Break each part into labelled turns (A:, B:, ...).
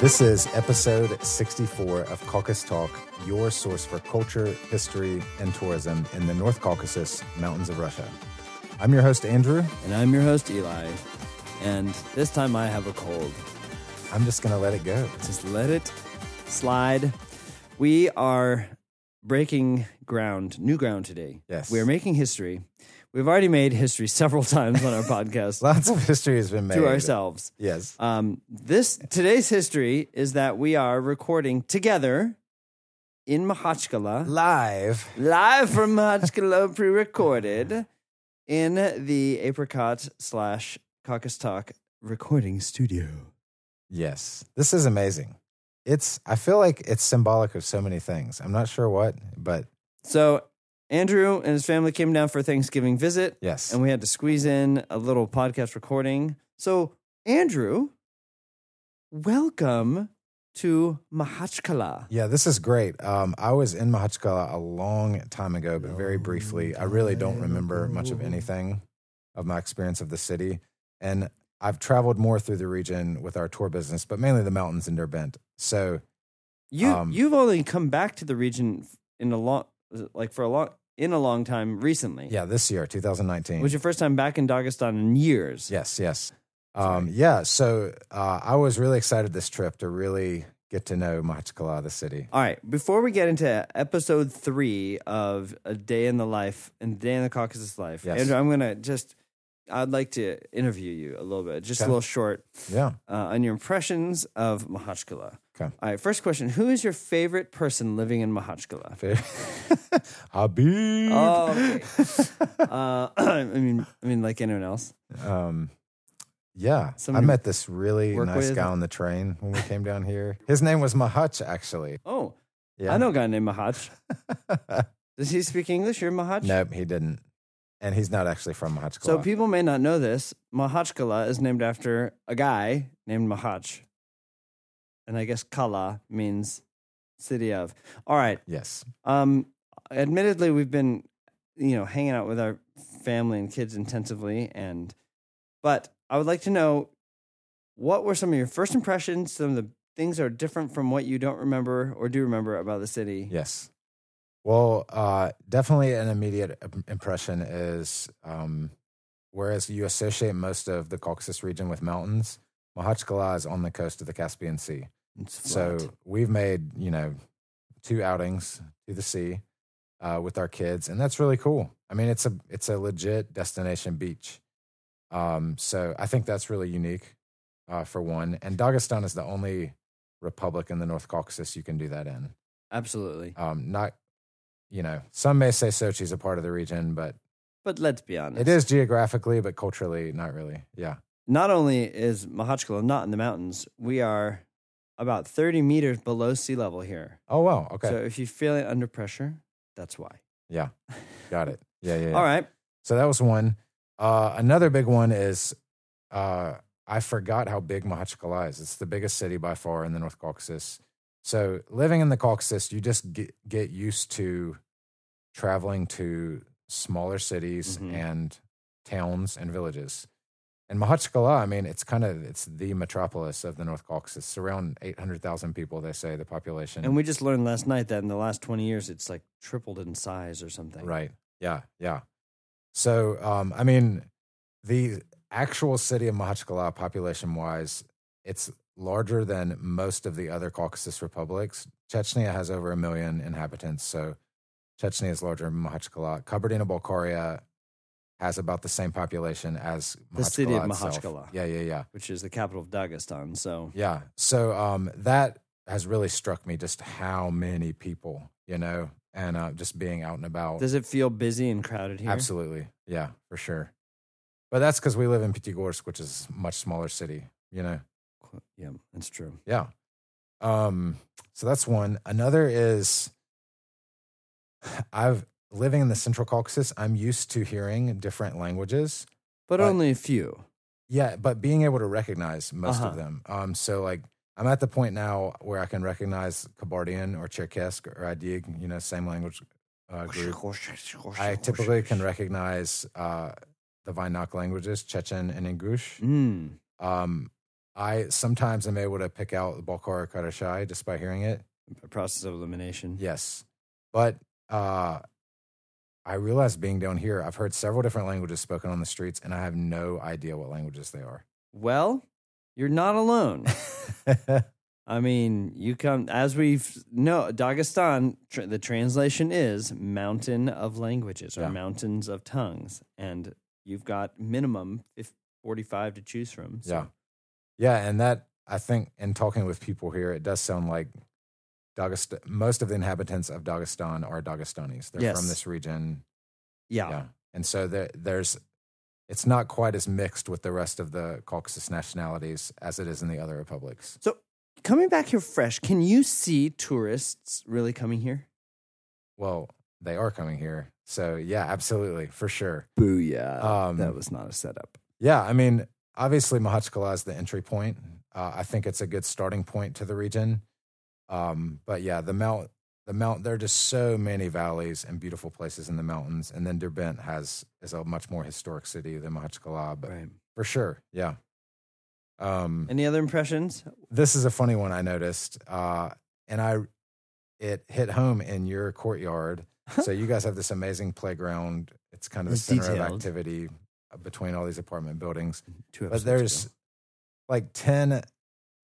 A: This is episode 64 of Caucasus Talk, your source for culture, history, and tourism in the North Caucasus Mountains of Russia. I'm your host, Andrew.
B: And I'm your host, Eli. And this time I have a cold.
A: I'm just going to let it go.
B: Just let it slide. We are breaking ground, new ground today.
A: Yes.
B: We are making history. We've already made history several times on our podcast
A: Lots of history has been made.
B: to ourselves.
A: Yes.
B: Um, this today's history is that we are recording together in Mahachkala,
A: Live.
B: live from Mahachkala, pre-recorded in the Apricot slash Caucus Talk recording studio.
A: Yes. This is amazing. It's, I feel like it's symbolic of so many things. I'm not sure what, but
B: So Andrew and his family came down for a Thanksgiving visit,
A: yes.
B: and we had to squeeze in a little podcast recording. So Andrew, welcome to Mahachkala.
A: Yeah, this is great. Um, I was in Mahachkala a long time ago, but very briefly. I really don't remember much of anything of my experience of the city. And I've traveled more through the region with our tour business, but mainly the mountains in Derbent. So,
B: You
A: Um,
B: you've only come back to the region in a long like for a long in a long time recently.
A: yeah, this year, 2019.
B: It was your first time back in Dagestan in years.
A: Yes, yes. Um, yeah, so uh, I was really excited this trip to really get to know Mahachkala, the city.
B: All right, before we get into episode 3 of A Day in the Life and Day in the Caucasus Life.
A: Yes.
B: Andrew, I'm going to just I'd like to interview you a little bit, just a
A: Okay.
B: little short
A: Yeah.
B: uh, on your impressions of Mahachkala.
A: Okay.
B: All right, first question, who is your favorite person living in Mahachkala?
A: Habib.
B: Oh, okay. uh, I mean I mean like anyone else.
A: Um, yeah,
B: Somebody
A: I met this really
B: work
A: nice
B: with?
A: guy on the train when we came down here. His name was Mahach, actually.
B: Oh,
A: Yeah,
B: I know a guy named Mahach. Does he speak English? You're Mahach?
A: Nope, he didn't, and he's not actually from Mahachkala.
B: So people may not know this. Mahachkala is named after a guy named Mahach. And I guess Kala means city of. All right.
A: yes,
B: Um admittedly we've been you know hanging out with our family and kids intensively and but I would like to know what were some of your first impressions, some of the things that are different from what you don't remember or do remember about the city.
A: yes. Well, uh, definitely an immediate im- impression is, um, whereas you associate most of the Caucasus region with mountains, Mahachkala is on the coast of the Caspian Sea.
B: It's
A: So
B: flat.
A: we've made, you know, two outings to the sea uh, with our kids, and that's really cool. I mean, it's a it's a legit destination beach. Um, so I think that's really unique uh, for one. And Dagestan is the only republic in the North Caucasus you can do that in.
B: absolutely.
A: Um, not, you know, some may say Sochi's a part of the region, but
B: But let's be honest.
A: it is geographically, but culturally, not really. Yeah.
B: not only is Mahachkala not in the mountains, we are about 30 meters below sea level here.
A: Oh wow. Okay.
B: So if you feel it under pressure, that's why.
A: yeah. Got it. Yeah. Yeah. yeah.
B: All right.
A: So that was one. Uh, another big one is uh, I forgot how big Mahachkala is. It's the biggest city by far in the North Caucasus. So living in the Caucasus, you just get, get used to traveling to smaller cities
B: Mhm.
A: and towns and villages. And Mahachkala, I mean, it's kind of it's the metropolis of the North Caucasus. It's around eight hundred thousand people, they say the population.
B: And we just learned last night that in the last 20 years, it's like tripled in size or something.
A: Right. Yeah. Yeah. So, um, I mean, the actual city of Mahachkala, population wise, it's larger than most of the other Caucasus republics. Chechnya has over a million inhabitants. So, Chechnya is larger than Mahachkala. Kabardino Balkaria has about the same population as Mahachkala
B: The city of
A: itself.
B: Mahachkala.
A: Yeah. Yeah. Yeah.
B: Which is the capital of Dagestan. So
A: Yeah. So um, that has really struck me just how many people, you know, and uh, just being out and about.
B: does it feel busy and crowded here?
A: Absolutely. Yeah, for sure. But that's because we live in Pitigorsk, which is a much smaller city, you know?
B: Qu- Yeah, that's true.
A: Yeah. Um, so that's one. Another is I've living in the Central Caucasus, I'm used to hearing different languages.
B: But
A: But-
B: only a few.
A: Yeah, but being able to recognize most
B: Uh-huh.
A: of them. Um, so like I'm at the point now where I can recognize Kabardian or Cherkesk or Adig, you know, same language uh, group. I typically can recognize uh, the Vainak languages, Chechen and Ingush.
B: Mm.
A: Um, I sometimes am able to pick out Balkara Kadashai just by hearing it.
B: A process of elimination.
A: Yes. But uh, I realized being down here, I've heard several different languages spoken on the streets, and I have no idea what languages they are.
B: Well, you're not alone. I mean, you come as we've no Dagestan. Tr- the translation is mountain of languages or
A: Yeah.
B: mountains of tongues, and you've got minimum if forty-five to choose from. So
A: Yeah. Yeah. And that, I think, in talking with people here, it does sound like Dagest- most of the inhabitants of Dagestan are Dagestanis. They're
B: Yes.
A: from this region.
B: yeah,
A: Um, And so there, there's, it's not quite as mixed with the rest of the Caucasus nationalities as it is in the other republics.
B: Coming back here fresh, can you see tourists really coming here?
A: Well, they are coming here. So, yeah, absolutely, for sure.
B: Booyah!
A: Um,
B: Uh, that was not a setup.
A: Yeah, I mean, obviously Mahatchkala is the entry point. Uh, I think it's a good starting point to the region. Um, but yeah, the mount, the mount. There are just so many valleys and beautiful places in the mountains. And then Derbent has is a much more historic city than Mahatchkala, but
B: Right.
A: for sure, yeah. Um,
B: Any other impressions?
A: this is a funny one I noticed, uh, and I it hit home in your courtyard. so you guys have this amazing playground. It's kind of the
B: It's
A: center of
B: detailed.
A: activity uh, between all these apartment buildings
B: Two
A: but
B: episodes
A: there's
B: ago.
A: like 10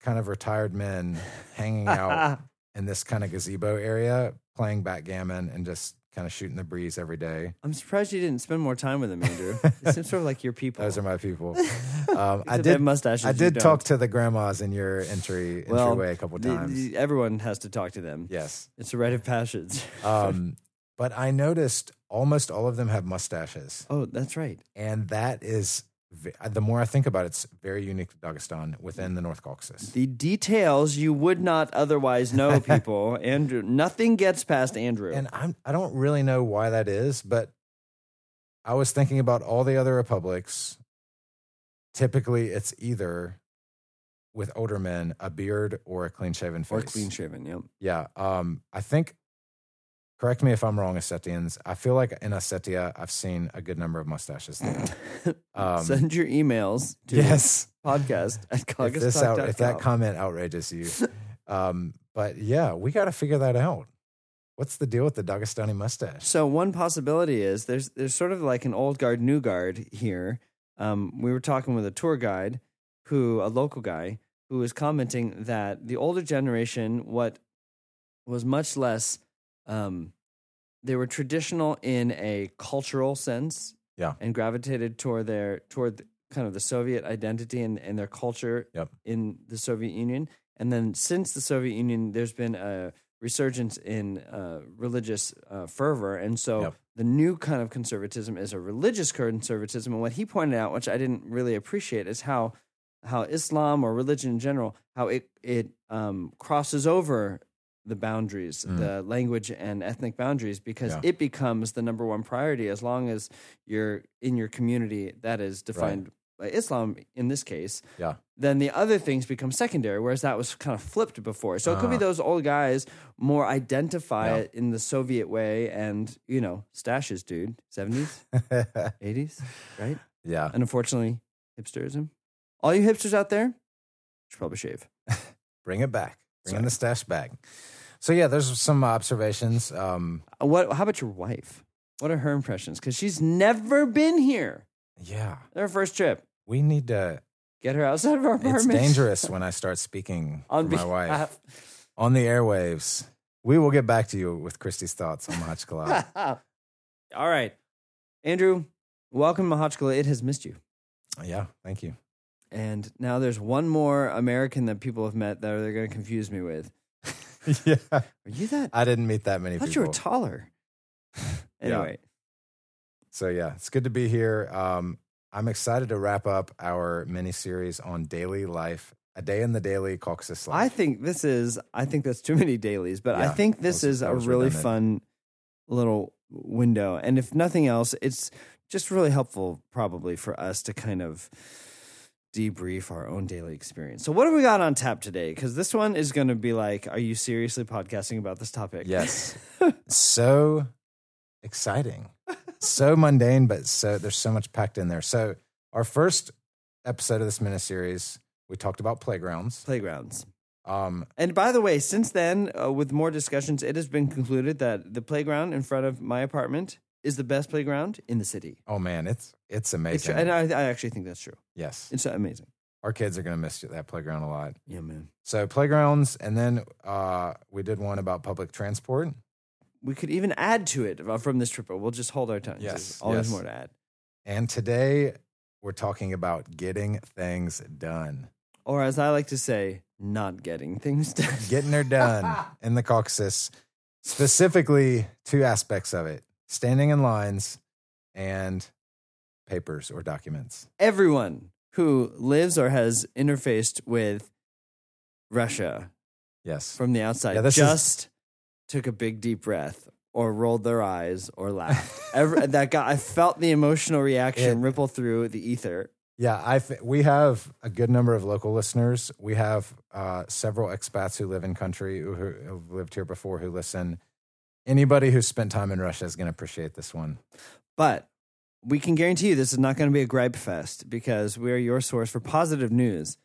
A: kind of retired men hanging out in this kind of gazebo area playing backgammon and just kind of shooting the breeze every day
B: I'm surprised you didn't spend more time with them, Andrew. it seems sort of like your people.
A: those are my people um, i
B: Except they have
A: did
B: mustaches.
A: i
B: you
A: did
B: don't.
A: talk to the grandmas in your entry
B: Well,
A: entryway a couple
B: The-
A: times
B: the- everyone has to talk to them.
A: yes
B: It's a rite of passage.
A: um, but i noticed almost all of them have mustaches
B: oh, that's right.
A: and that is ve- uh, the more i think about it it's very unique to dagestan within the north caucasus
B: The details you would not otherwise know, people. Andrew, nothing gets past Andrew.
A: And I'm I don't really know why that is, but I was thinking about all the other republics. Typically, it's either with older men a beard or a clean shaven face.
B: or clean shaven. Yep.
A: yeah. Um. I think. Correct me if I'm wrong, Ossetians. I feel like in Ossetia, I've seen a good number of mustaches there. Um,
B: Send your emails to
A: yes.
B: podcast at
A: If, this out, if that
B: com-
A: comment outrages you. um, but yeah, we got to figure that out. What's the deal with the Dagestani mustache?
B: So one possibility is there's there's sort of like an old guard, new guard here. Um, we were talking with a tour guide who a local guy who was commenting that the older generation what was much less um, they were traditional in a cultural sense
A: Yeah.
B: and gravitated toward their toward kind of the soviet identity and, and their culture
A: Yep.
B: in the soviet union and then since the soviet union there's been a resurgence in uh, religious uh, fervor and so
A: Yep.
B: the new kind of conservatism is a religious conservatism and what he pointed out which i didn't really appreciate is how how Islam or religion in general, how it it um, crosses over the boundaries,
A: Mm.
B: the language and ethnic boundaries, because
A: Yeah.
B: it becomes the number one priority as long as you're in your community that is defined by Islam in this case.
A: Yeah.
B: Then the other things become secondary, whereas that was kind of flipped before. So it could be
A: Uh-huh.
B: those old guys more identify
A: Yeah.
B: it in the Soviet way, and you know, stashes, dude, seventies, eighties, right?
A: yeah.
B: And unfortunately, hipsterism. All you hipsters out there, you should probably shave.
A: bring it back bring
B: Sorry.
A: in the stash back so yeah there's some observations um
B: Uh, What? How about your wife? What are her impressions? Because she's never been here.
A: yeah
B: Their first trip.
A: we need to
B: Get her outside of our
A: it's
B: apartment.
A: dangerous when i start speaking for
B: On
A: my wife on the airwaves we will get back to you with christy's thoughts on Mahatchkala.
B: behalf. All right, Andrew. Welcome, Mahachkala. It has missed you.
A: yeah thank you
B: And now there's one more American that people have met that they're going to confuse me with.
A: yeah
B: Are you that?
A: i didn't meet that many
B: I thought you
A: people
B: were taller. anyway,
A: so yeah it's good to be here um i'm excited to wrap up our mini series on daily life a day in the daily caucasus life
B: I think this is. I think that's too many dailies, but I
A: Yeah,
B: think this
A: that was-
B: is a
A: that was
B: really
A: redundant.
B: fun little window. And if nothing else, it's just really helpful, probably for us to kind of debrief our own daily experience. So, what do we got on tap today? Because this one is going to be like, are you seriously podcasting about this topic?
A: Yes. so exciting. so mundane, but so there's so much packed in there. So our first episode of this miniseries We talked about playgrounds.
B: playgrounds.
A: Um,
B: And by the way, since then, uh, with more discussions, it has been concluded that the playground in front of my apartment is the best playground in the city.
A: oh man, it's it's
B: It's
A: amazing.
B: true. And I, I actually think that's true.
A: yes,
B: It's amazing.
A: our kids are gonna miss that playground a lot.
B: Yeah, man.
A: So playgrounds, and then uh, we did one about public transport.
B: We could even add to it uh, from this trip, but we'll just hold our tongue.
A: Yes,
B: There's always
A: yes.
B: more to add.
A: And today we're talking about getting things done,
B: Or as I like to say, not getting things done.
A: getting her done in the Caucasus. Specifically, two aspects of it: standing in lines and papers or documents.
B: Everyone who lives or has interfaced with Russia
A: Yes,
B: from the outside
A: Yeah, this is-
B: just took a big deep breath or rolled their eyes or laughed. Every, that guy, I felt the emotional reaction
A: It-
B: ripple through the ether.
A: Yeah, I th- we have a good number of local listeners. We have uh, several expats who live in country who, who have lived here before who listen. Anybody who's spent time in Russia is going to appreciate this one.
B: But we can guarantee you this is not going to be a gripe fest because we are your source for positive news.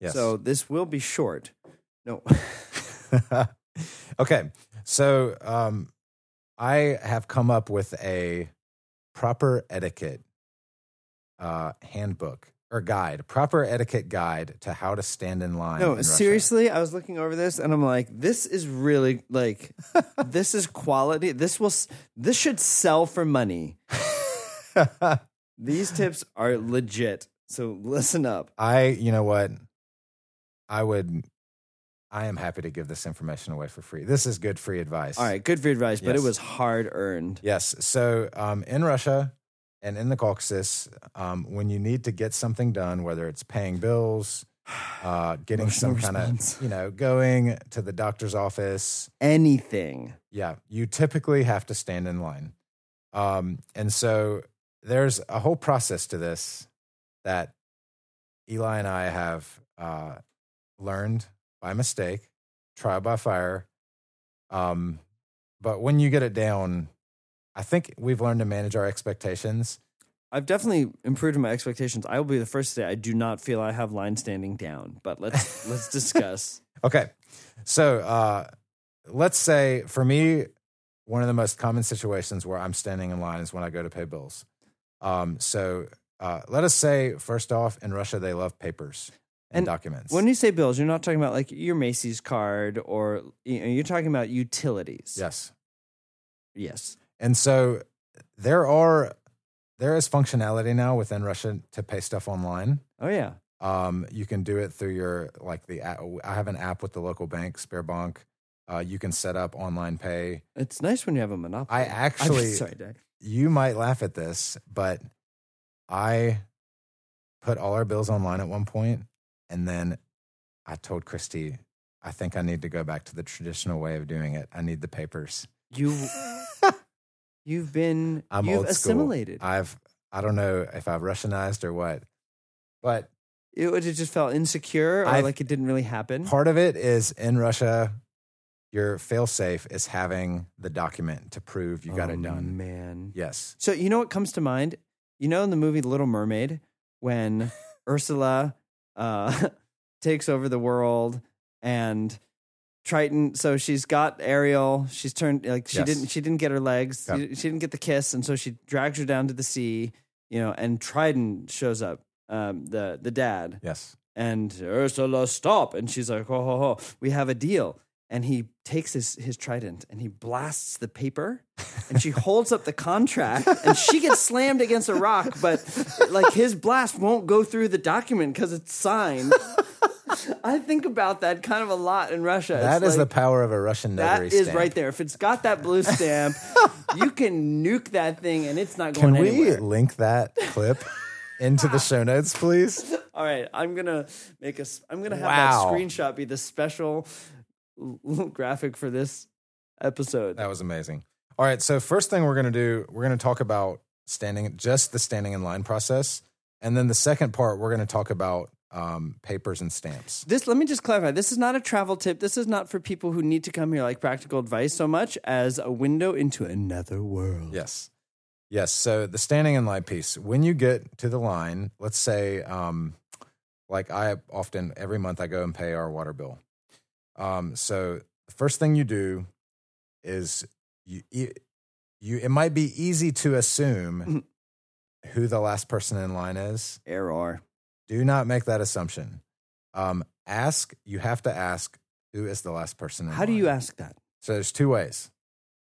A: Yes.
B: So this will be short. No.
A: okay, so um, I have come up with a proper etiquette uh, handbook or guide, proper etiquette guide to how to stand in line. in
B: No,
A: Russia.
B: seriously, I was looking over this and I'm like, this is really like, this is quality. This will, s- this should sell for money. These tips are legit. So listen up.
A: I, you know what? I would, I am happy to give this information away for free. This is good free advice.
B: All right, good for your advice, but it
A: Yes.
B: was hard earned.
A: Yes. So um, in Russia and in the Caucasus, um, when you need to get something done, whether it's paying bills, uh, getting
B: Emotional
A: some kind
B: response.
A: of, you know, going to the doctor's office,
B: Anything.
A: yeah, you typically have to stand in line. Um, and so there's a whole process to this that Eli and I have uh, learned by mistake, trial by fire. Um, but when you get it down, I think we've learned to manage our expectations.
B: I've definitely improved my expectations. I will be the first to say I do not feel I have line standing down, but let's let's discuss.
A: Okay. So uh, let's say for me, one of the most common situations where I'm standing in line is when I go to pay bills. Um, so uh, let us say, first off, in Russia, they love papers and,
B: And
A: documents.
B: When you say bills, you're not talking about like your Macy's card or you know, you're talking about utilities.
A: yes.
B: Yes.
A: And so there are there is functionality now within Russia to pay stuff online.
B: Oh yeah.
A: Um, you can do it through your like the app. I have an app with the local bank, Sparebank. Uh, you can set up online pay.
B: It's nice when you have a monopoly.
A: I
B: I'm
A: actually
B: sorry, Dad.
A: you might laugh at this, but I put all our bills online at one point, and then I told Christy, I think I need to go back to the traditional way of doing it. I need the papers.
B: You you've been
A: I'm
B: you've
A: old school.
B: assimilated.
A: I've I don't know if I've Russianized or what, but
B: It, it just felt insecure or
A: I've-
B: like it didn't really happen.
A: part of it is in Russia, your failsafe is having the document to prove you got
B: Oh,
A: it done.
B: Man.
A: Yes.
B: So you know what comes to mind? You know in the movie Little Mermaid when Ursula uh, takes over the world and Triton. So she's got Ariel. She's turned like she
A: Yes.
B: didn't. She didn't get her legs.
A: Yeah.
B: She didn't get the kiss, and so she drags her down to the sea. You know, and Triton shows up. Um, the the dad
A: Yes.
B: and Ursula, stop. And she's like, ho, ho, ho, we have a deal. And he takes his, his trident and he blasts the paper and she holds up the contract and she gets slammed against a rock, but like his blast won't go through the document because it's signed. I think about that kind of a lot in Russia.
A: That
B: It's
A: is
B: like,
A: the power of a Russian
B: that
A: notary
B: is
A: stamp.
B: right there. If it's got that blue stamp, you can nuke that thing and it's not going
A: Can we
B: anywhere.
A: link that clip into the show notes, please?
B: All right, I'm gonna make a. s- I'm gonna have
A: Wow.
B: that screenshot be the special graphic for this episode.
A: That was amazing. All right. So, first thing we're going to do, we're going to talk about standing, just the standing in line process. And then the second part, we're going to talk about um, papers and stamps.
B: This let me just clarify. This is not a travel tip. This is not for people who need to come here like practical advice so much as a window into another world.
A: Yes. Yes. So, the standing in line piece, when you get to the line, let's say um, like I often every month I go and pay our water bill. Um, so the first thing you do is you you it might be easy to assume
B: Mm-hmm.
A: who the last person in line is.
B: Error.
A: Do not make that assumption. Um, ask you have to ask who is the last person. in
B: How do you
A: line.
B: ask that?
A: So there's two ways.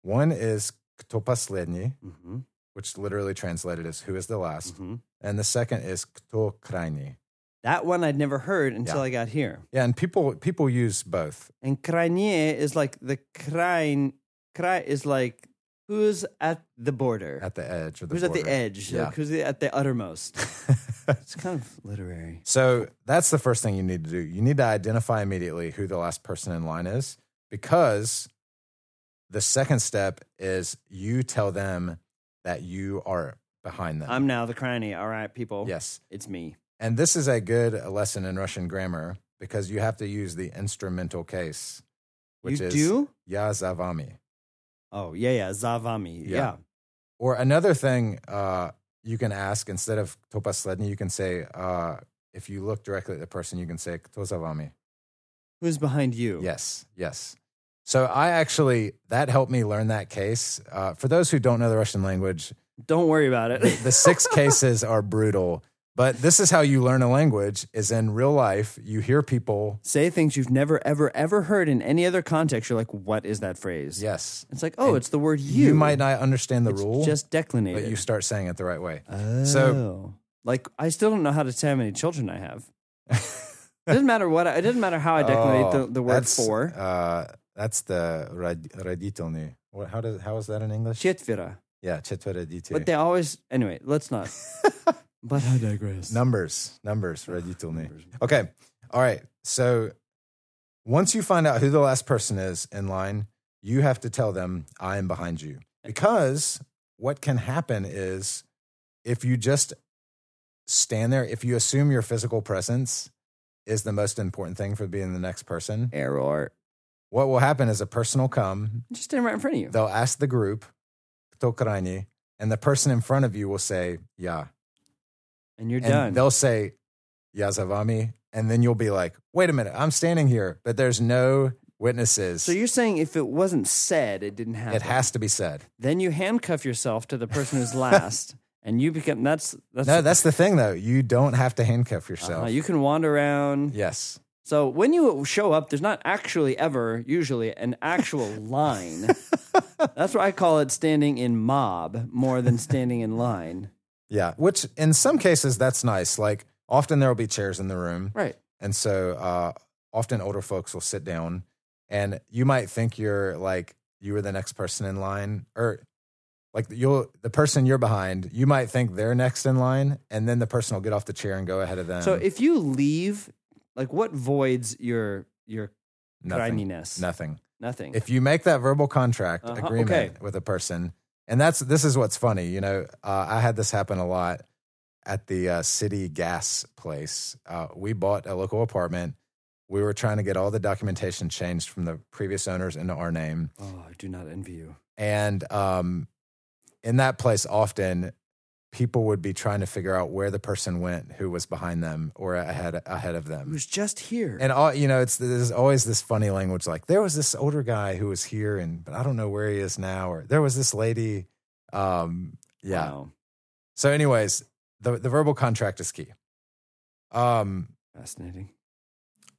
A: One is kto последний,
B: Mm-hmm.
A: which literally translated is who is the last,
B: Mm-hmm.
A: and the second is kto крайний.
B: That one I'd never heard until I got here.
A: Yeah, and people people use both.
B: And kranier is like the krain. Krai is like who's at the border,
A: at the edge or the
B: who's at the
A: border.
B: edge,
A: Yeah.
B: like who's at the uttermost. it's kind of literary.
A: So that's the first thing you need to do. You need to identify immediately who the last person in line is because the second step is you tell them that you are behind them.
B: I'm now the cranny. All right, people.
A: Yes.
B: It's me.
A: And this is a good lesson in Russian grammar because you have to use the instrumental case, which
B: you
A: is
B: do?
A: ya za vami.
B: Oh, yeah, yeah. Zavami.
A: Yeah.
B: Yeah.
A: Or another thing uh, you can ask instead of topasledny, you can say, uh, if you look directly at the person, you can say, kto za vami?
B: Who's behind you?
A: Yes, yes. So I actually, that helped me learn that case. Uh, for those who don't know the Russian language,
B: Don't worry about
A: the,
B: it.
A: the six cases are brutal. But this is how you learn a language is in real life, you hear people,
B: Say things you've never, ever, ever heard in any other context. You're like, what is that phrase?
A: yes.
B: It's like, oh,
A: And
B: it's the word
A: You,
B: you.
A: might not understand the rule,
B: Just
A: but
B: declinated.
A: you start saying it the right way.
B: oh.
A: So-
B: like, I still don't know how to tell how many children I have. It doesn't matter what. I, it doesn't matter how I declinate
A: Oh,
B: the, the word
A: that's,
B: for.
A: Uh, that's the rad- raditelny. What, how, does, how is that in English?
B: Четверо.
A: Yeah, четверо
B: But they always. Anyway, let's not. but I digress.
A: Numbers, numbers, raditelny. Okay. All right. So once you find out who the last person is in line, you have to tell them, I am behind you. Because what can happen is if you just stand there, if you assume your physical presence is the most important thing for being the next person,
B: Error.
A: what will happen is a person will come,
B: Just stand right in front of you.
A: they'll ask the group, "Кто крайний?" and the person in front of you will say, Yeah.
B: and you're
A: and
B: done.
A: they'll say Yazavami, and then you'll be like, "Wait a minute, I'm standing here, but there's no witnesses."
B: So you're saying if it wasn't said, it didn't happen.
A: it has to be said.
B: Then you handcuff yourself to the person who's last, and you become. That's that's.
A: No, that's the thing, though. You don't have to handcuff yourself.
B: Uh, you can wander around.
A: yes,
B: So when you show up, there's not actually ever usually an actual line. That's why I call it standing in mob more than standing in line.
A: yeah. Which in some cases that's nice. Like often there will be chairs in the room,
B: Right.
A: and so uh, often older folks will sit down, and you might think you're like you were the next person in line, or like you'll the person you're behind, you might think they're next in line, and then the person will get off the chair and go ahead of them.
B: So if you leave, like what voids your your
A: nothing,
B: griminess?
A: nothing.
B: Nothing.
A: If you make that verbal contract
B: Uh-huh,
A: agreement
B: okay.
A: with a person, and that's this is what's funny, you know, uh, I had this happen a lot at the uh, city gas place. Uh, we bought a local apartment. We were trying to get all the documentation changed from the previous owners into our name,
B: oh, I do not envy you.
A: and um, in that place, often people would be trying to figure out where the person went who was behind them or ahead ahead of them.
B: Who's just here?
A: And all you know, it's there's always this funny language. Like there was this older guy who was here, and but I don't know where he is now. Or there was this lady. Um, yeah.
B: Wow.
A: So, anyways, the the verbal contract is key. Um.
B: Fascinating.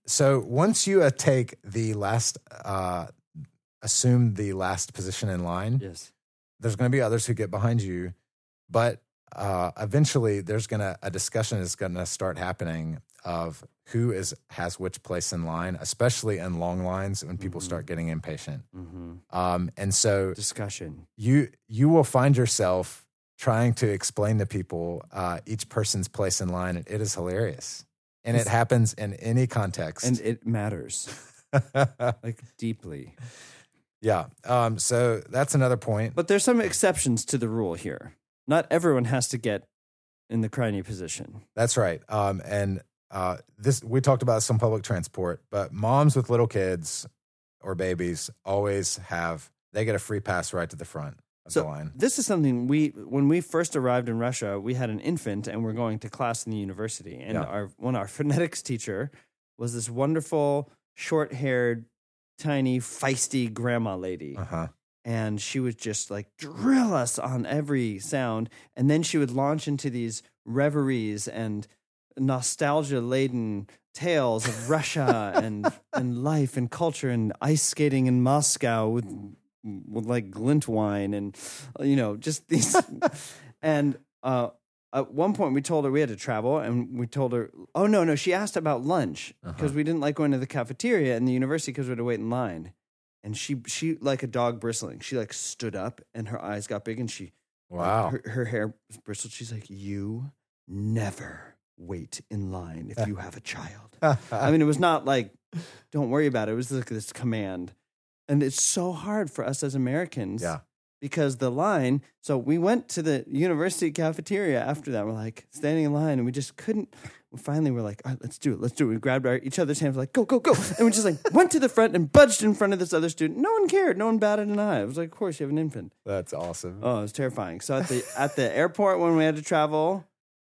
A: So once you uh, take the last, uh, assume the last position in line,
B: Yes.
A: there's going to be others who get behind you, but uh, eventually there's going to a discussion is going to start happening of who is has which place in line, especially in long lines when people
B: Mhm.
A: start getting impatient.
B: Mm-hmm.
A: Um, and so
B: Discussion.
A: you you will find yourself trying to explain to people uh, each person's place in line, and it is hilarious. And it
B: It's-
A: happens in any context.
B: And it matters, like deeply.
A: yeah. Um, so that's another point.
B: But there's some exceptions to the rule here. Not everyone has to get in the cranny position.
A: That's right. Um, and uh, this we talked about some public transport, but moms with little kids or babies always have they get a free pass right to the front. of
B: So-
A: the line.
B: This is something we, when we first arrived in Russia, we had an infant and we're going to class in the university. And
A: Yeah.
B: our one our phonetics teacher was this wonderful, short haired, tiny, feisty grandma lady.
A: Uh huh.
B: and she would just like drill us on every sound and then she would launch into these reveries and nostalgia laden tales of Russia and and life and culture and ice skating in Moscow with, with like glint wine and you know just these and uh at one point we told her we had to travel and we told her oh no no she asked about lunch because we didn't like going to the cafeteria in the university because we had to wait in line and she she like a dog bristling she like stood up and her eyes got big and she
A: Wow.
B: her, her hair was bristled she's like you never wait in line
A: Eh.
B: if you have a child i mean it was not like don't worry about it it was like this command and it's so hard for us as americans
A: yeah.
B: because the line so we went to the university cafeteria after that we're like standing in line and we just couldn't finally we're like all right let's do it let's do it we grabbed our, each other's hands like go go go and we just like went to the front and budged in front of this other student no one cared no one batted an eye it was like of course you have an infant
A: That's awesome.
B: oh it was terrifying so at the at the airport when we had to travel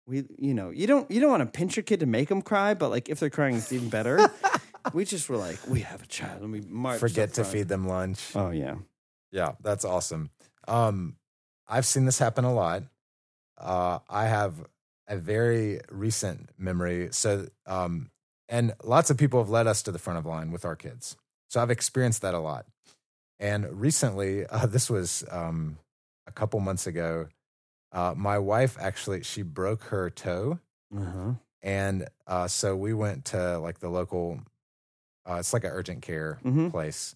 B: we you know you don't you don't want to pinch your kid to make them cry but like if they're crying it's even better we just were like we have a child and we marched
A: Forget
B: up
A: to
B: front.
A: feed them lunch.
B: oh yeah
A: Yeah, that's awesome. Um, I've seen this happen a lot. Uh, I have a very recent memory. So, um, and lots of people have led us to the front of line with our kids. So I've experienced that a lot. And recently, uh, this was um, a couple months ago. Uh, my wife actually she broke her toe,
B: uh-huh
A: and uh, so we went to like the local. Uh, it's like an urgent care
B: mm-hmm
A: place.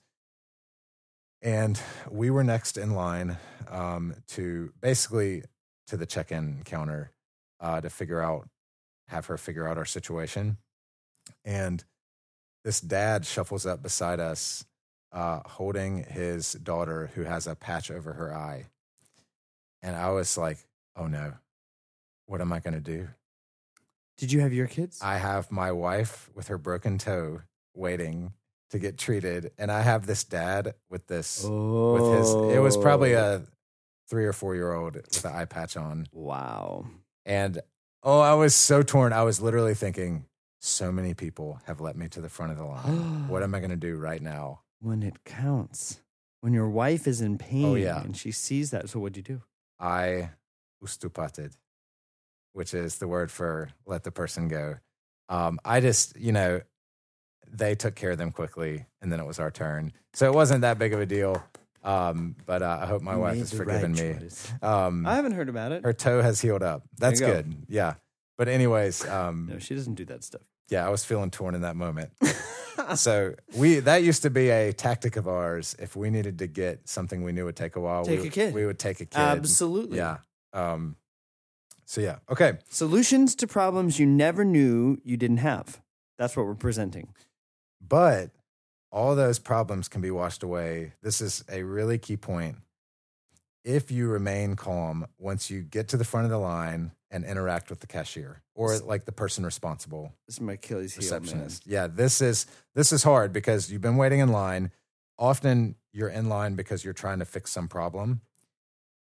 A: And we were next in line um, to basically to the check-in counter uh, to figure out, have her figure out our situation. And this dad shuffles up beside us, uh, holding his daughter who has a patch over her eye. And I was like, "Oh no, what am I going to do?"
B: did you have your kids
A: I have my wife with her broken toe waiting to get treated, and I have this dad with this
B: Oh.
A: with his. It was probably a three or four year old with an eye patch on,
B: wow.
A: and oh, I was so torn. I was literally thinking, so many people have let me to the front of the line. what am I going to do right now?
B: When it counts. When your wife is in pain
A: Oh, yeah.
B: and she sees that. So what'd you do?
A: I ustupated, which is the word for let the person go. Um, I just, you know, they took care of them quickly, and then it was our turn. So it wasn't that big of a deal. Um, but uh, I hope my
B: You
A: wife
B: made
A: has
B: the
A: forgiven
B: right
A: me.
B: choice.
A: Um,
B: I haven't heard about it.
A: her toe has healed up. That's
B: you go.
A: good. Yeah. But anyways, um,
B: No, she doesn't do that stuff.
A: yeah, I was feeling torn in that moment. so we that used to be a tactic of ours. If we needed to get something we knew would take a while,
B: Take
A: we,
B: a kid.
A: we would take a kid.
B: Absolutely.
A: Yeah. Um, so yeah. Okay.
B: Solutions to problems you never knew you didn't have. That's what we're presenting.
A: But all those problems can be washed away. This is a really key point. If you remain calm once you get to the front of the line and interact with the cashier or like the person responsible,
B: This is my Achilles heel, man.
A: receptionist. Yeah, this is this is hard because you've been waiting in line. Often you're in line because you're trying to fix some problem.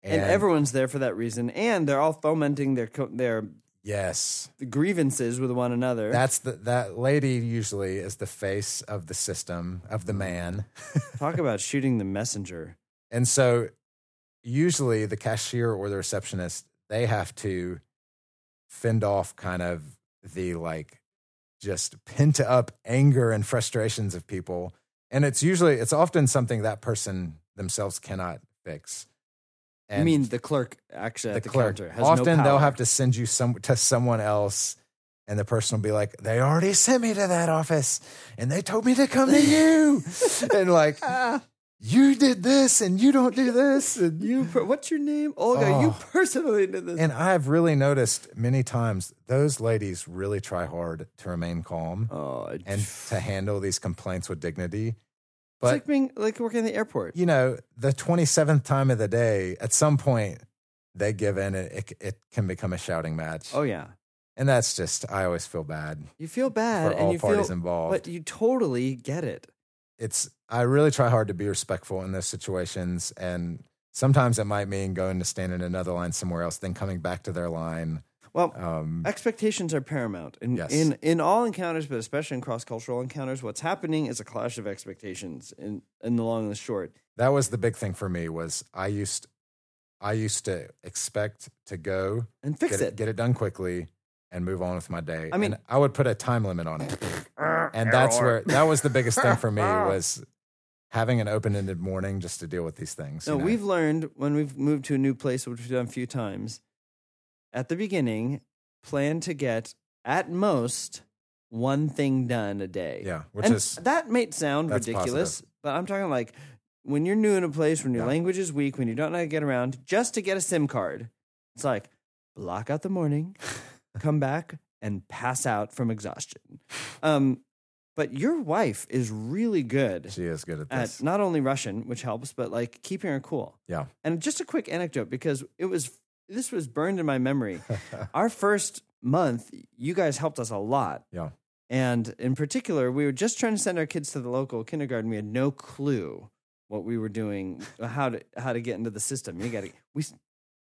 B: And, everyone's there for that reason. And they're all fomenting their co- their
A: yes,
B: grievances with one another.
A: that's the that lady usually is the face of the system of
B: Mm-hmm.
A: the man.
B: Talk about shooting the messenger.
A: And so usually the cashier or the receptionist, they have to fend off kind of the like just pent up anger and frustrations of people. And it's usually it's often something that person themselves cannot fix.
B: I mean, the clerk actually at the counter has no
A: often they'll
B: power.
A: have to send you some to someone else and the person will be like, They already sent me to that office and they told me to come to you. and like you did this and you don't do this. And
B: Ah, You, per- what's your name, Olga? You
A: Oh.
B: personally did this.
A: And I've really noticed many times those ladies really try hard to remain calm
B: oh, I-
A: and
B: it's
A: to handle these complaints with dignity. But
B: like being like working at the airport.
A: you know, the twenty seventh time of the day, at some point they give in. It, it it can become a shouting match,
B: Oh yeah,
A: and that's just I always feel bad
B: you feel bad,
A: for
B: and
A: all
B: you
A: parties
B: feel,
A: involved.
B: but you totally get it.
A: it's I really try hard to be respectful in those situations, and Sometimes it might mean going to stand in another line somewhere else, then coming back to their line.
B: Well,
A: Um,
B: expectations are paramount in
A: Yes.
B: in, in all encounters, but especially in cross cultural encounters. What's happening is a clash of expectations in in the long and the short.
A: that was the big thing for me was I used I used to expect to go
B: And fix
A: get
B: it.
A: get it done quickly and move on with my day.
B: I mean-
A: and I would put a time limit on it. and that's where that was the biggest thing for me was having an open-ended morning just to deal with these things.
B: No,
A: you know?
B: we've learned when we've moved to a new place, which we've done a few times, at the beginning, plan to get at most one thing done a day.
A: yeah, which
B: and
A: is
B: that may sound
A: that's
B: ridiculous, but I'm talking like when you're new in a place, when your
A: Yeah.
B: language is weak, when you don't know how to get around, just to get a SIM card, it's like block out the morning, come back, and pass out from exhaustion. Um, but your wife is really good
A: she is good at
B: at
A: this.
B: not only Russian, which helps, but like keeping her cool.
A: Yeah.
B: And just a quick anecdote because it was this was burned in my memory. Our first month, you guys helped us a lot.
A: Yeah.
B: And in particular, we were just trying to send our kids to the local kindergarten. We had no clue what we were doing, how to how to get into the system. You got to we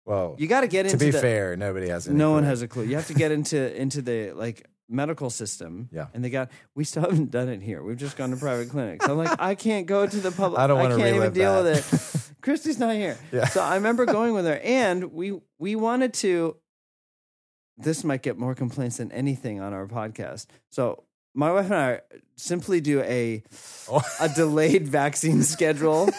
A: well,
B: you got to get
A: to
B: into
A: be
B: the,
A: fair, nobody has any
B: no one
A: clue.
B: has a clue. You have to get into into the like medical system.
A: Yeah.
B: And they got we still haven't done it here. We've just gone to private clinics. I'm like, I can't go to the public.
A: I don't
B: I
A: want to
B: can't even
A: relive
B: deal
A: that.
B: with it. Christy's not here.
A: Yeah.
B: So I remember going with her and we we wanted to this might get more complaints than anything on our podcast. So my wife and I simply do a
A: Oh.
B: a delayed vaccine schedule.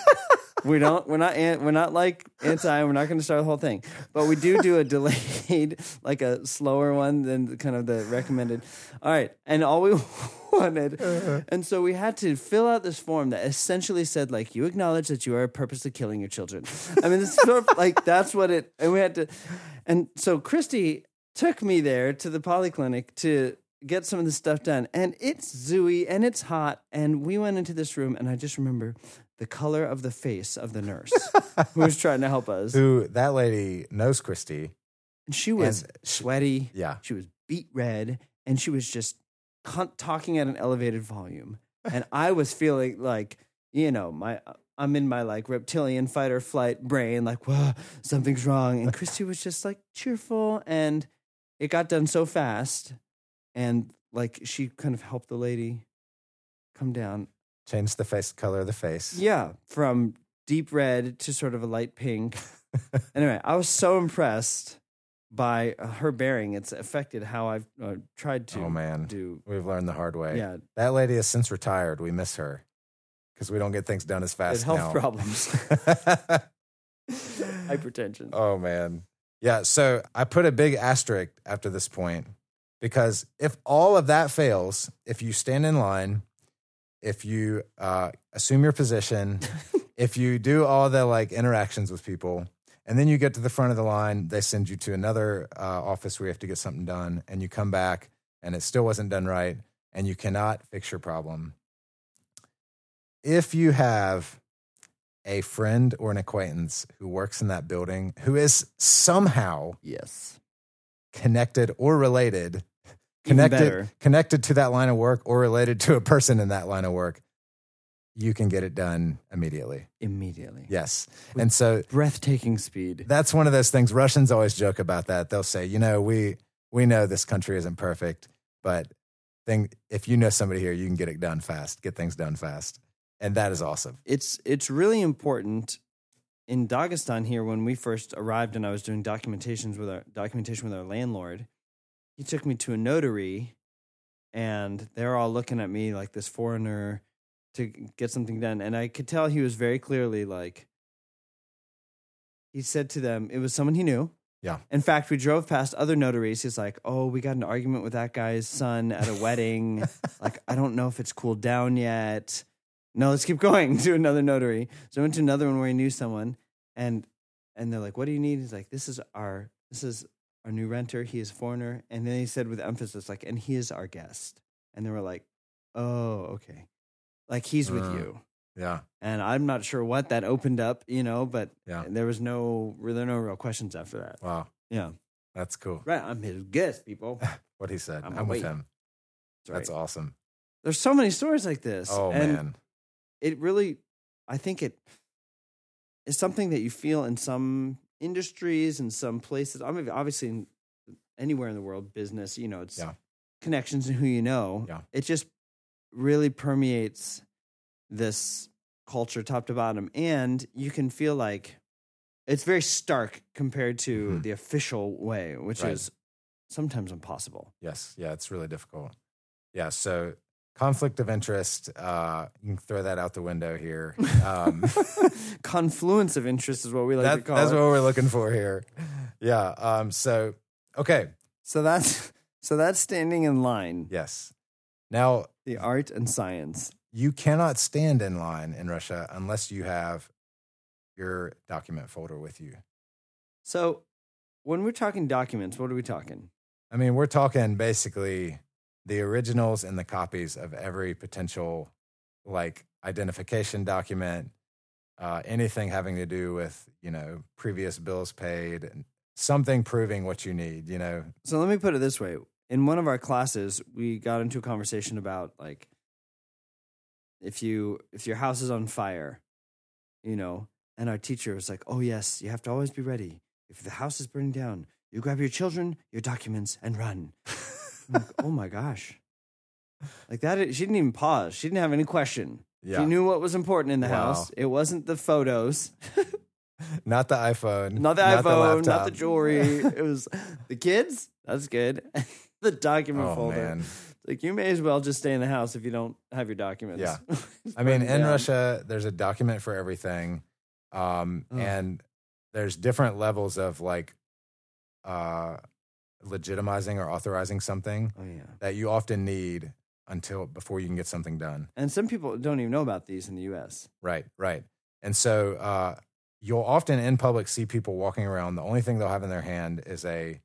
B: we don't we're not an, we're not like anti we're not going to start the whole thing. But we do do a delayed like a slower one than the- kind of the recommended. All right. And all we wanted and so we had to fill out this form that essentially said like you acknowledge that you are purposely killing your children. I mean, it's sort of like that's what it and we had to and so Christy took me there to the polyclinic to get some of this stuff done. And it's zooey and it's hot. And we went into this room, and I just remember the color of the face of the nurse who was trying to help us.
A: Who that lady knows Christy.
B: And she was
A: and she-
B: sweaty,
A: Yeah.
B: she was beat red, and she was just con- talking at an elevated volume. And I was feeling like, you know, my. uh, I'm in my like reptilian fight or flight brain, like, whoa, something's wrong. And Christy was just like cheerful and it got done so fast and like she kind of helped the lady come down
A: Changed the face color of the face.
B: yeah from deep red to sort of a light pink anyway i was so impressed by uh, her bearing it's affected how i've uh, tried to
A: Oh man.
B: do
A: We've learned the hard way.
B: yeah
A: That lady is since retired. We miss her because we don't get things done as
B: with
A: fast
B: health
A: now.
B: problems
A: problems.
B: hypertension
A: Oh man. Yeah, so I put a big asterisk after this point because if all of that fails, if you stand in line, if you uh, assume your position, if you do all the like interactions with people, and then you get to the front of the line, they send you to another uh, office where you have to get something done, and you come back and it still wasn't done right, and you cannot fix your problem. If you have a friend or an acquaintance who works in that building who is somehow
B: yes
A: connected or related
B: Even
A: connected
B: better.
A: connected to that line of work or related to a person in that line of work you can get it done immediately
B: immediately
A: yes and so
B: breathtaking speed
A: that's one of those things russians always joke about that they'll say you know we we know this country isn't perfect but thing if you know somebody here you can get it done fast get things done fast and that is awesome
B: it's it's really important in Dagestan here when we first arrived and I was doing documentations with our documentation with our landlord. He took me to a notary and they're all looking at me like this foreigner to get something done and I could tell he was very clearly like he said to them it was someone he knew.
A: Yeah.
B: In fact, we drove past other notaries. He's like, "Oh, we got an argument with that guy's son at a wedding. like, I don't know if it's cooled down yet." no, let's keep going to another notary. So I went to another one where I knew someone, and and they're like, "What do you need?" He's like, "This is our this is our new renter. He is a foreigner." And then he said with emphasis, like, "And he is our guest." And they were like, "Oh, okay, like he's with
A: Uh.
B: you."
A: yeah
B: And I'm not sure what that opened up, you know, but
A: Yeah.
B: there was no there were no real questions after that.
A: wow
B: Yeah,
A: that's cool
B: right. I'm his guest, people. That's
A: what he said i'm,
B: I'm
A: with
B: awake.
A: him that's Oh,
B: right.
A: awesome
B: There's so many stories like this.
A: oh
B: and
A: man
B: it really i think it is something that you feel in some industries and in some places. I mean, obviously, in, anywhere in the world, business, you know, it's
A: Yeah.
B: connections and who you know.
A: Yeah.
B: It just really permeates this culture top to bottom. And you can feel like it's very stark compared to
A: Mhm.
B: the official way, which
A: Right.
B: is sometimes impossible.
A: Yes. Yeah. It's really difficult. Yeah. So conflict of interest, uh, you can throw that out the window here. Um,
B: Confluence of interest is what we like to
A: that,
B: call
A: that's
B: it.
A: what we're looking for here. Yeah. Um, so, okay.
B: so that's so that's standing in line.
A: Yes. Now,
B: The art and science.
A: you cannot stand in line in Russia unless you have your document folder with you.
B: So when we're talking documents, what are we talking?
A: I mean, we're talking basically the originals and the copies of every potential like identification document, uh, anything having to do with, you know, previous bills paid, and something proving what you need, you know.
B: So let me put it this way. In one of our classes, we got into a conversation about like if you if your house is on fire, you know, and our teacher was like, "Oh yes, you have to always be ready. If the house is burning down, you grab your children, your documents, and run." I'm like, oh my gosh. Like that is- she didn't even pause. She didn't have any question.
A: Yeah.
B: She knew what was important in the
A: Wow.
B: house. It wasn't the photos.
A: not the iPhone.
B: Not the iPhone, not the
A: laptop.
B: jewelry. it was the kids. That's good. the document
A: Oh,
B: folder.
A: man.
B: Like you may as well just stay in the house if you don't have your documents.
A: Yeah.
B: It's
A: I mean,
B: burned
A: in
B: down.
A: Russia, there's a document for everything, um,
B: Ugh.
A: and there's different levels of like uh, legitimizing or authorizing something
B: Oh yeah.
A: that you often need until before you can get something done.
B: And some people don't even know about these in the U.S.
A: Right, right. And so uh, you'll often in public see people walking around. The only thing they'll have in their hand is a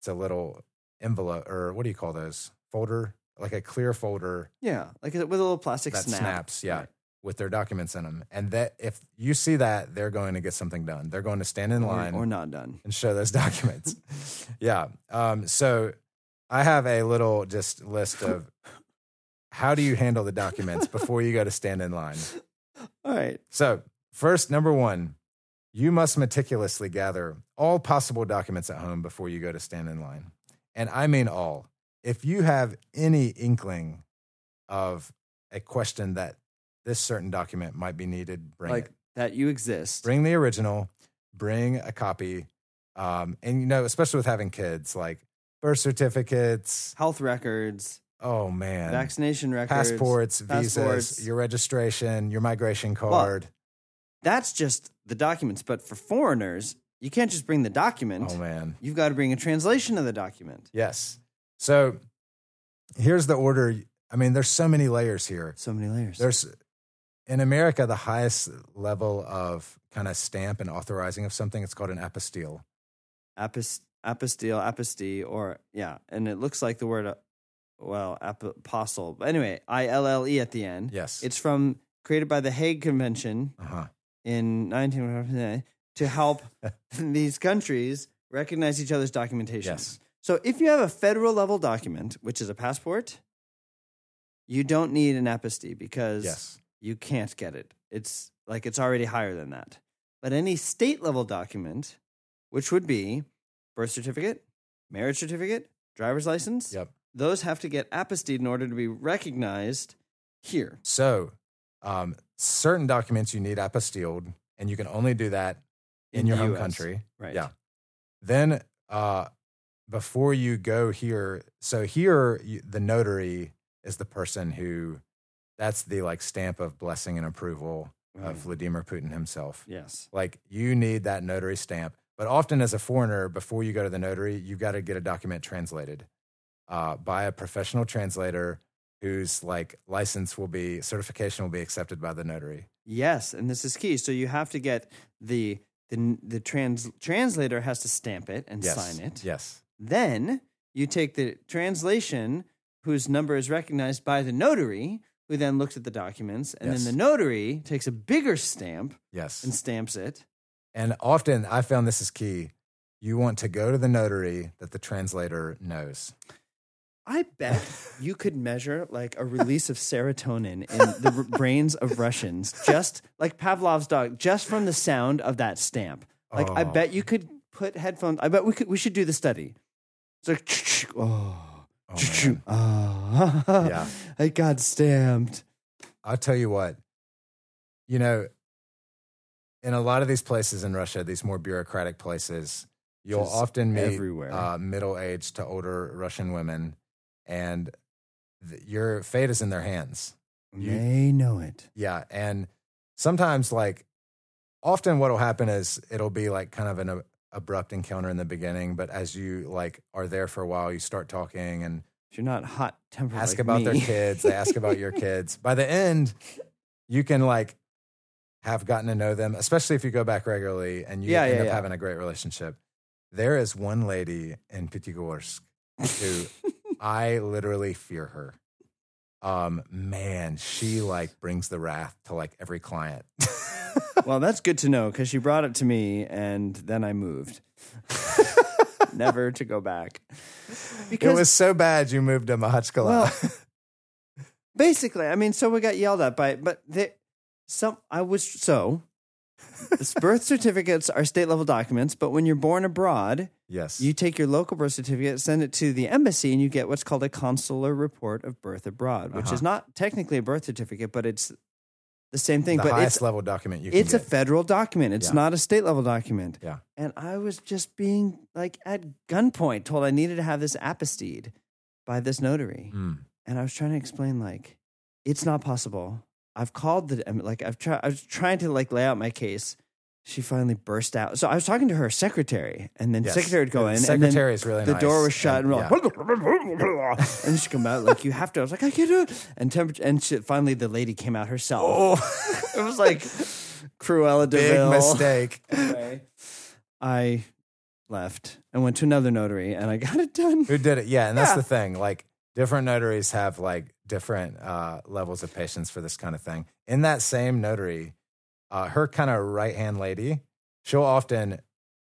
A: it's a little envelope or what do you call those folder, like a clear folder
B: Yeah, like with a little plastic
A: that
B: snap.
A: snaps, yeah,
B: Right.
A: with their documents in them. And that if you see that, they're going to get something done. They're going to stand in
B: Or-
A: line
B: or, not done.
A: and show those documents. yeah. Um, so I have a little just list of how do you handle the documents before you go to stand in line.
B: All right.
A: So first, number one, you must meticulously gather all possible documents at home before you go to stand in line. And I mean all. If you have any inkling of a question that this certain document might be needed, bring
B: like
A: it.
B: that you exist.
A: Bring the original, bring a copy. Um, and you know, especially with having kids, like birth certificates.
B: Health records,
A: Oh man.
B: vaccination records,
A: passports,
B: passports.
A: visas, your registration, your migration card.
B: That's just the documents. But for foreigners, you can't just bring the document.
A: oh man.
B: You've got to bring a translation of the document.
A: Yes. So here's the order. I mean, there's so many layers here.
B: So many layers.
A: There's in America the highest level of kind of stamp and authorizing of something. It's called an apostille.
B: Apis, apostille, apostee, or yeah, and it looks like the word, uh, well, ap- apostle. But anyway, I L L E at the end.
A: Yes.
B: It's from created by the Hague Convention
A: uh huh.
B: in 19 to help these countries recognize each other's documentation.
A: Yes.
B: So if you have a federal level document, which is a passport, you don't need an apostille because
A: Yes.
B: you can't get it. It's like it's already higher than that. But any state level document, which would be birth certificate, marriage certificate, driver's license,
A: Yep.
B: those have to get apostille in order to be recognized here.
A: So um, certain documents you need apostilled, and you can only do that in, your
B: the
A: home
B: US.
A: country.
B: Right.
A: Yeah. Then uh, before you go here, so here you, the notary is the person who that's the like stamp of blessing and approval.
B: Right.
A: of Vladimir Putin himself.
B: Yes.
A: Like you need that notary stamp. But often as a foreigner, before you go to the notary, you've got to get a document translated uh, by a professional translator whose like license will be certification will be accepted by the notary.
B: Yes, and this is key. So you have to get the the the trans translator has to stamp it and
A: Yes.
B: sign it.
A: Yes.
B: Then you take the translation, whose number is recognized by the notary, who then looks at the documents, and
A: Yes.
B: then the notary takes a bigger stamp
A: Yes.
B: and stamps it.
A: And often I found this is key. You want to go to the notary that the translator knows.
B: I bet you could measure like a release of serotonin in the r- brains of Russians, just like Pavlov's dog, just from the sound of that stamp. Like I
A: Oh.
B: bet you could put headphones. I bet we could. We should do the study. It's like oh,
A: Oh, man.
B: oh,
A: Yeah.
B: I got stamped.
A: I'll tell you what, you know, in a lot of these places in Russia, these more bureaucratic places, you'll
B: Just
A: often meet
B: everywhere.
A: Uh, middle-aged to older Russian women, and th- your fate is in their hands. You-
B: they know it.
A: Yeah, and sometimes like often what'll happen is it'll be like kind of an uh, abrupt encounter in the beginning, but as you like are there for a while, you start talking and
B: If you're not hot tempered,
A: ask about their kids, they ask about your kids. By the end, you can like have gotten to know them, especially if you go back regularly and you
B: Yeah,
A: end
B: yeah,
A: up
B: yeah.
A: having a great relationship. There is one lady in Pitigorsk who I literally fear her. Um, man, she like brings the wrath to like every client.
B: well, that's good to know because she brought it to me, and then I moved, never to go back.
A: it
B: Because
A: was so bad you moved to Mahachkala.
B: Well, basically, I mean, so we got yelled at by, but they, some I was so. s- birth certificates are state level documents, but when you're born abroad,
A: yes.
B: you take your local birth certificate, send it to the embassy, and you get what's called a consular report of birth abroad, which is
A: Uh-huh.
B: not technically a birth certificate, but it's the same thing.
A: the
B: but
A: highest
B: it's
A: level document you can
B: it's a
A: get.
B: federal document. It's
A: Yeah.
B: not a state level document.
A: Yeah.
B: And I was just being like at gunpoint told I needed to have this apostille by this notary.
A: Mm.
B: And I was trying to explain like it's not possible. I've called the em- like I've tried I was trying to like lay out my case. She finally burst out. So I was talking to her secretary and then
A: Yes.
B: secretary would go
A: The
B: in and then
A: Secretary is really
B: the
A: nice.
B: door was shut and,
A: And-
B: we're
A: yeah.
B: like and she come out like you have to. I was like I can't do it. And temper- and she, finally the lady came out herself. It was like Cruella
A: Oh. big
B: Deville.
A: mistake.
B: Anyway, I left and went to another notary, and I got it done.
A: Who did it? Yeah, and that's
B: Yeah.
A: the thing. Like different notaries have like different uh, levels of patience for this kind of thing. In that same notary, uh, her kind of right hand lady, she'll often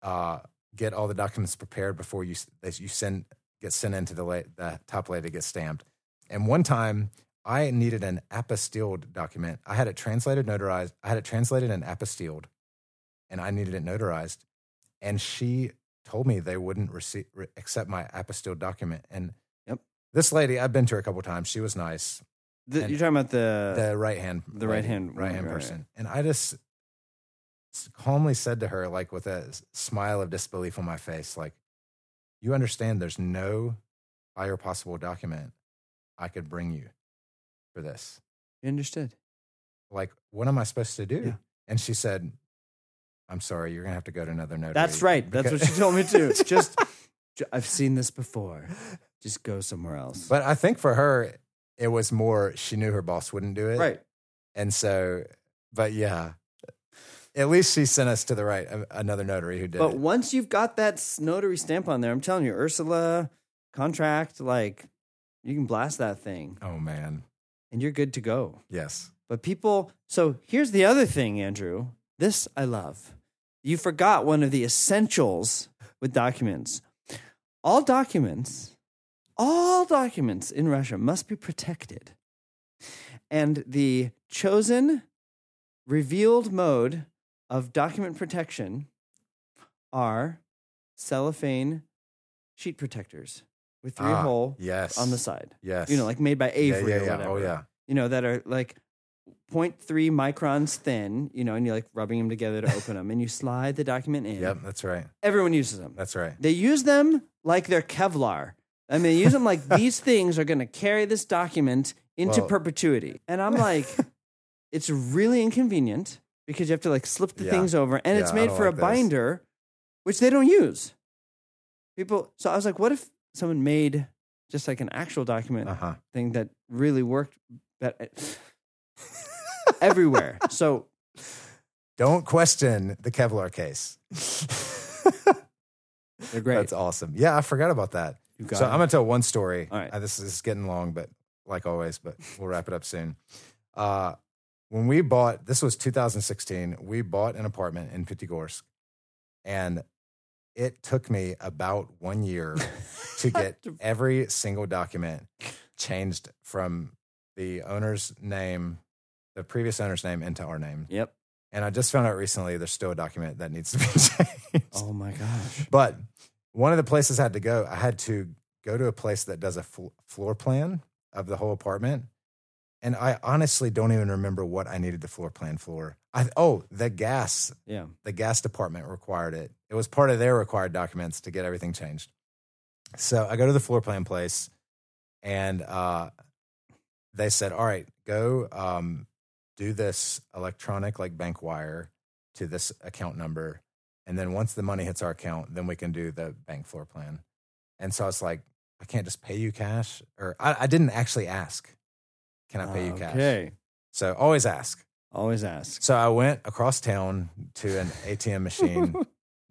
A: uh, get all the documents prepared before you s- that you send get sent into the la- the top lady to get stamped. And one time, I needed an apostilled document. I had it translated, notarized. I had it translated and apostilled, and I needed it notarized. And she told me they wouldn't receive re- accept my apostille document. And
B: Yep.
A: this lady, I've been to her a couple times. She was nice.
B: The-
A: And
B: you're talking about the,
A: the right hand,
B: Uh, the right-hand woman,
A: right hand
B: right, right.
A: person. And I just s- calmly said to her, like with a s- smile of disbelief on my face, like, "You understand? There's no higher possible document I could bring you for this.
B: you understood.
A: Like, what am I supposed to do?"
B: Yeah.
A: And she said. I'm sorry, you're gonna have to go to another notary.
B: That's right. That's what
A: because-
B: she told me too. Just, ju- I've seen this before. Just go somewhere else.
A: But I think for her, it was more she knew her boss wouldn't do it.
B: right.
A: And so, but yeah, at least she sent us to the right, a- another notary who did
B: But
A: it.
B: once you've got that s- notary stamp on there, I'm telling you, Ursula contract, like you can blast that thing,
A: Oh, man.
B: and you're good to go.
A: Yes.
B: But people, so here's the other thing, Andrew. This I love. You forgot one of the essentials with documents. All documents, all documents in Russia must be protected. And the chosen, revealed mode of document protection are cellophane sheet protectors with three
A: Ah,
B: hole
A: Yes.
B: on the side.
A: Yes.
B: You know, like made by
A: yeah,
B: Avery
A: yeah,
B: or
A: yeah.
B: whatever
A: Oh, yeah.
B: you know, that are like 0.3 microns thin, you know, and you're like rubbing them together to open them and you slide the document in.
A: Yep. That's right.
B: Everyone uses them.
A: That's right.
B: They use them like they're Kevlar. I mean, they use them like these things are going to carry this document into
A: Well-
B: perpetuity. And I'm like, it's really inconvenient because you have to like slip the
A: Yeah.
B: things over and
A: Yeah,
B: it's
A: I
B: made
A: don't
B: for a
A: like those.
B: binder, which they don't use. People, so I was like, what if someone made just like an actual document
A: Uh huh.
B: thing that really worked that eh, everywhere. So
A: Don't question the Kevlar case.
B: they're great.
A: That's awesome. Yeah. I forgot about that.
B: you got
A: so
B: it.
A: I'm gonna tell one story.
B: All right.
A: Uh, this, is- this is getting long, but like always, but we'll wrap it up soon. Uh, when we bought, this was 2016. We bought an apartment in Pitigorsk, and it took me about one year to get every single document changed from the owner's name, the previous owner's name, into our name.
B: Yep.
A: And I just found out recently there's still a document that needs to be changed.
B: Oh my gosh.
A: But one of the places I had to go, I had to go to a place that does a fl- floor plan of the whole apartment. And I honestly don't even remember what I needed the floor plan for. I, oh, the gas,
B: Yeah.
A: the gas department required it. It was part of their required documents to get everything changed. So I go to the floor plan place and uh, they said, all right, go um, do this electronic like bank wire to this account number. And then once the money hits our account, then we can do the bank floor plan. And so I was like, I can't just pay you cash. Or I, I didn't actually ask, can I pay you cash?
B: Okay.
A: So always ask.
B: Always ask.
A: So I went across town to an ATM machine,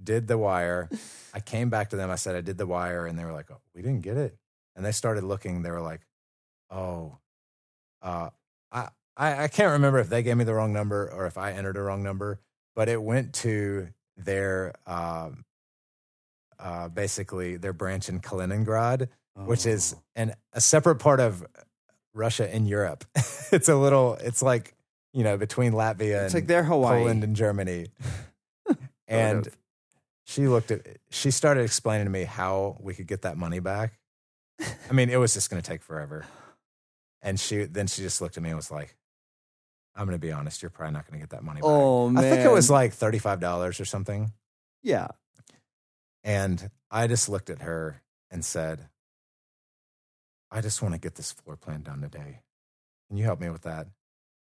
A: did the wire. I came back to them. I said, I did the wire. And they were like, oh, we didn't get it. And they started looking. They were like, oh, uh, I, I, I can't remember if they gave me the wrong number or if I entered a wrong number, but it went to their, um uh, basically their branch in Kaliningrad, which is
B: Oh.
A: an, a separate part of Russia in Europe. it's a little, it's like, you know, between Latvia and
B: Oh. it's like their Hawaii.
A: Poland and Germany. and
B: of.
A: she looked at she started explaining to me how we could get that money back. I mean, it was just going to take forever. And she then she just looked at me and was like, "I'm going to be honest, you're probably not going to get that money back."
B: Oh man.
A: I think it was like $35 or something.
B: yeah.
A: And I just looked at her and said, "I just want to get this floor plan done today. Can you help me with that?"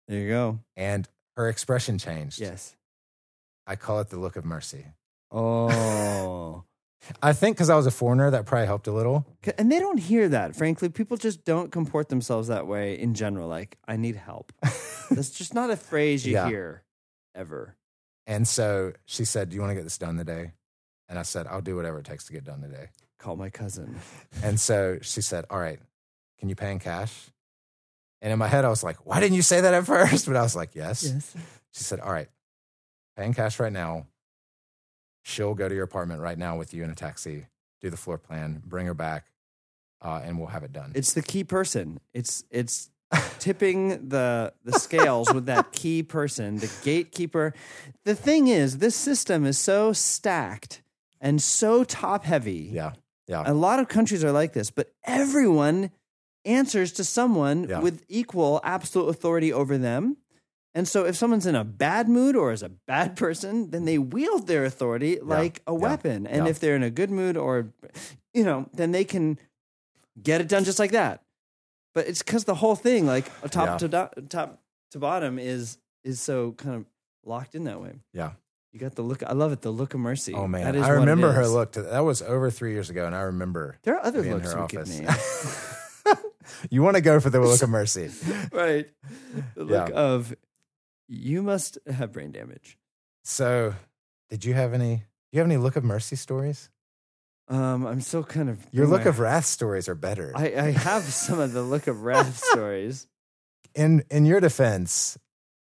B: There you go.
A: And her expression changed.
B: Yes.
A: I call it the look of mercy.
B: Oh.
A: I think because I was a foreigner, that probably helped a little.
B: C- And they don't hear that, frankly. People just don't comport themselves that way in general. Like, I need help. That's just not a phrase you
A: Yeah.
B: hear ever.
A: and so she said, Do you want to get this done today? And I said, I'll do whatever it takes to get done today.
B: Call my cousin.
A: And so she said, All right, can you pay in cash? And in my head, I was like, Why didn't you say that at first? But I was like, Yes.
B: Yes.
A: She said, All right, pay in cash right now. She'll go to your apartment right now with you in a taxi, do the floor plan, bring her back, uh, and we'll have it done.
B: It's the key person. It's it's tipping the the scales with that key person, the gatekeeper. The thing is, this system is so stacked and so top heavy.
A: yeah.
B: A lot of countries are like this, but everyone answers to someone
A: Yeah.
B: with equal absolute authority over them. And so if someone's in a bad mood or is a bad person, then they wield their authority like a
A: Yeah.
B: weapon. And
A: Yeah.
B: if they're in a good mood or you know, then they can get it done just like that. But it's cuz the whole thing like top
A: Yeah.
B: to do- top to bottom is is so kind of locked in that way.
A: Yeah.
B: You got the look I love it, the look of mercy.
A: Oh, man.
B: That is
A: I
B: what it
A: remember her
B: is.
A: look. To, that was over three years ago. And I remember
B: There are other
A: be in
B: looks
A: her
B: we could
A: office.
B: name.
A: you want to go for the look of mercy.
B: right.
A: Yeah.
B: The look of you must have brain damage.
A: So, did you have any? You have any look of mercy stories?
B: Um, I'm still kind of
A: Your look
B: my-
A: of wrath stories are better.
B: I, I have some of the look of wrath stories.
A: in in your defense,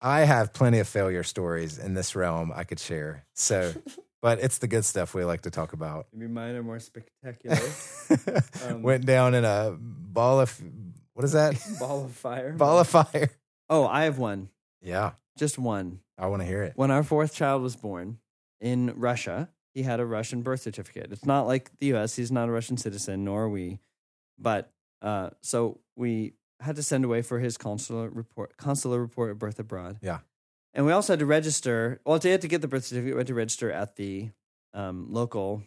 A: I have plenty of failure stories in this realm I could share. So, but it's the good stuff we like to talk about.
B: Maybe mine are more spectacular. Um,
A: Went down in a ball of what is that?
B: Ball of fire.
A: ball of fire.
B: Oh, I have one.
A: Yeah,
B: Just one.
A: I want to hear it.
B: When our fourth child was born in Russia, he had a Russian birth certificate. It's not like the US, he's not a Russian citizen, nor are we. But uh, so we had to send away for his consular report, consular report of birth abroad.
A: Yeah.
B: And we also had to register. Well, they had to get the birth certificate, we had to register at the um, local.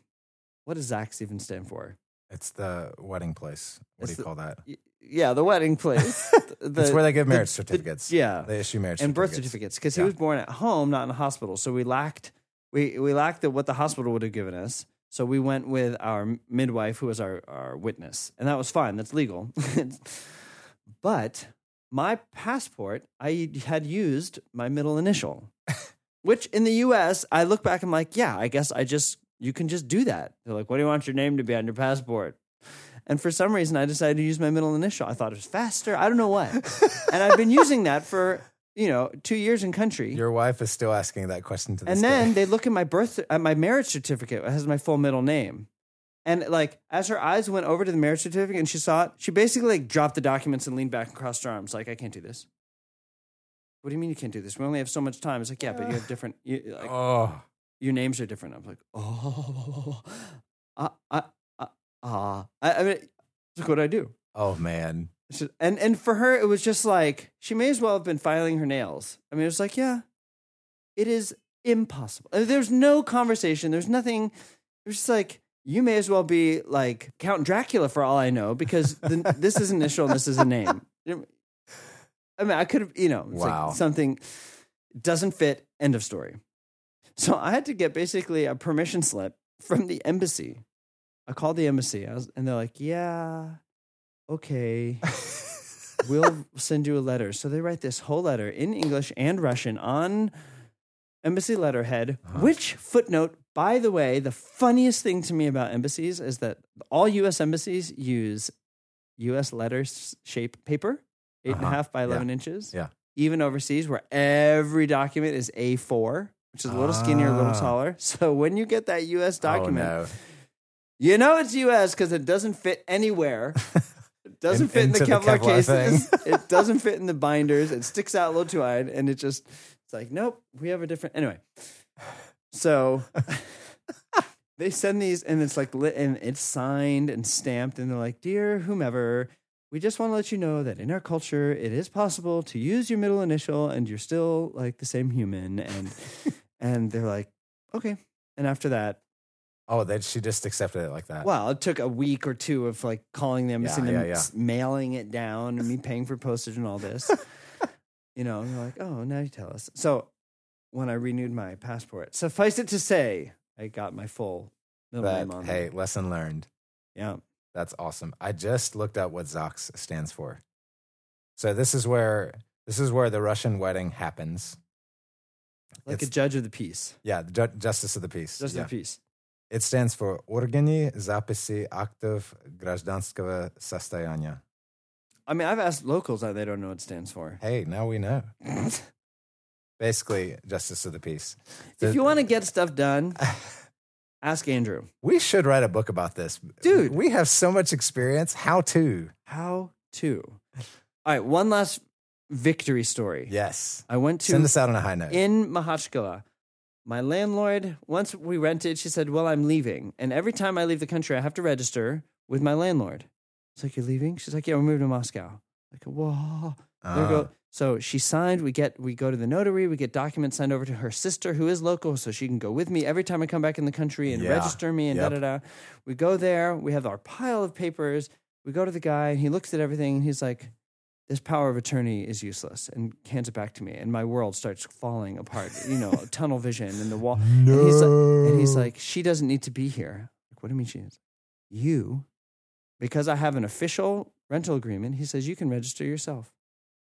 B: What does Zach's even stand for?
A: It's the wedding place. What do
B: It's
A: you
B: the-
A: call that?
B: Y- Yeah, the wedding place.
A: That's where they give
B: the-
A: marriage
B: the-
A: certificates.
B: yeah
A: They issue marriage
B: Uh, and birth
A: certificates.
B: certificates because
A: Yeah.
B: he was born at home, not in a hospital. So we lacked we we lacked the, what the hospital would have given us. So we went with our midwife, who was our our witness, and that was fine. That's legal. but my passport, I had used my middle initial, which in the U.S. I look back, I'm like, yeah, I guess I just you can just do that. They're like, what do you want your name to be on your passport? And for some reason, I decided to use my middle initial. I thought it was faster. I don't know what. and I've been using that for you know, two years in country.
A: Your wife is still asking that question to this
B: and then
A: day.
B: they look at my birth at my marriage certificate it has my full middle name and like as her eyes went over to the marriage certificate and she saw it she basically like dropped the documents and leaned back and crossed her arms like i can't do this what do you mean you can't do this we only have so much time it's like yeah but you have different you, like,
A: oh,
B: your names are different i'm like oh ah ah ah ah i, I mean look what i do
A: oh man.
B: so- and and for her it was just like she may as well have been filing her nails i mean it was like yeah it is impossible Uh, there's no conversation there's nothing it was just like you may as well be like count dracula for all i know because the, this is an initial and this is a name i mean i could have you know it's like
A: Wow.
B: something doesn't fit end of story so i had to get basically a permission slip from the embassy i called the embassy I was, and they're like yeah okay we'll send you a letter. So they write this whole letter in English and Russian on embassy letterhead,
A: Uh-huh.
B: which footnote, by the way, the funniest thing to me about embassies is that all US embassies use US letter s- shape paper, eight and a half
A: Uh-huh.
B: by
A: Yeah.
B: 11 inches.
A: Yeah.
B: Even overseas, where every document is A4, which is a little skinnier, a little
A: Ah.
B: taller. So when you get that US document,
A: Oh, no.
B: you know it's U.S. because it doesn't fit anywhere. It
A: In-
B: doesn't fit in the
A: into the
B: Kevlar,
A: Kevlar
B: cases. it doesn't fit in the binders. It sticks out a little too wide, and it just it's like nope. We have a different anyway. So they send these, and it's like lit, and it's signed and stamped, and they're like, "Dear whomever, we just want to let you know that in our culture, it is possible to use your middle initial, and you're still like the same human." And and they're like, "Okay." And after that,
A: Oh, that she just accepted it like that.
B: well, it took a week or two of like calling them,
A: Yeah,
B: seeing them
A: yeah, yeah.
B: s- mailing it down, and me paying for postage and all this. you know, and they're like, "Oh, now you tell us." So when I renewed my passport, suffice it to say, I got my full middle
A: That-
B: name on
A: hey,
B: there.
A: lesson learned.
B: Yeah,
A: That's awesome. I just looked up what Zox stands for. So this is where this is where the Russian wedding happens.
B: like a
A: It's-
B: judge of the peace,
A: Yeah, the ju- justice of the peace.
B: judge
A: yeah.
B: of the peace.
A: It stands for Органи записи актов гражданского состояния.
B: I mean, I've asked locals that they don't know what it stands for.
A: Hey, now we know. Basically, justice of the peace.
B: if you want to get stuff done, ask Andrew.
A: we should write a book about this,
B: Dude.
A: We have so much experience. How to?
B: How to? All right, one last victory story.
A: Yes.
B: I went to
A: Send us out on a high note.
B: in Mahachkala. My landlord, once we rented, she said, Well, I'm leaving. And every time I leave the country, I have to register with my landlord. It's like, You're leaving? She's like, Yeah, we're moving to Moscow. Like, whoa. There we
A: Ah.
B: go. So she signed. We get we go to the notary. We get documents sent over to her sister, who is local, so she can go with me every time I come back in the country and
A: Yeah.
B: register me and
A: Yep.
B: da da da. We go there. We have our pile of papers. We go to the guy, and he looks at everything, and he's like, "This power of attorney is useless," and hands it back to me, and my world starts falling apart. You know, tunnel vision and the wall. And he's like, and he's like, she doesn't need to be here. Like, what do you mean she is? You, because I have an official rental agreement, he says you can register yourself.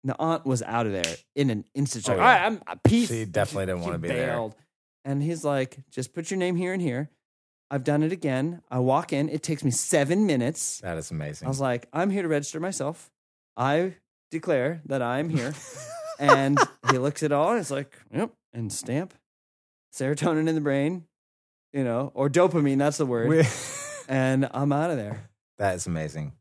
B: And the aunt was out of there in an instant. She's
A: Oh,
B: like,
A: yeah.
B: "All right, I'm a peace.
A: She definitely didn't
B: She
A: wanna be there.
B: And he's like, just put your name here and here. I've done it again. I walk in. It takes me seven minutes.
A: that is amazing.
B: I was like, I'm here to register myself. I declare that I'm here. and he looks at all and it's like, yep, and stamp. Serotonin in the brain, you know, or dopamine, that's the word.
A: We-
B: and I'm out of there.
A: that is amazing.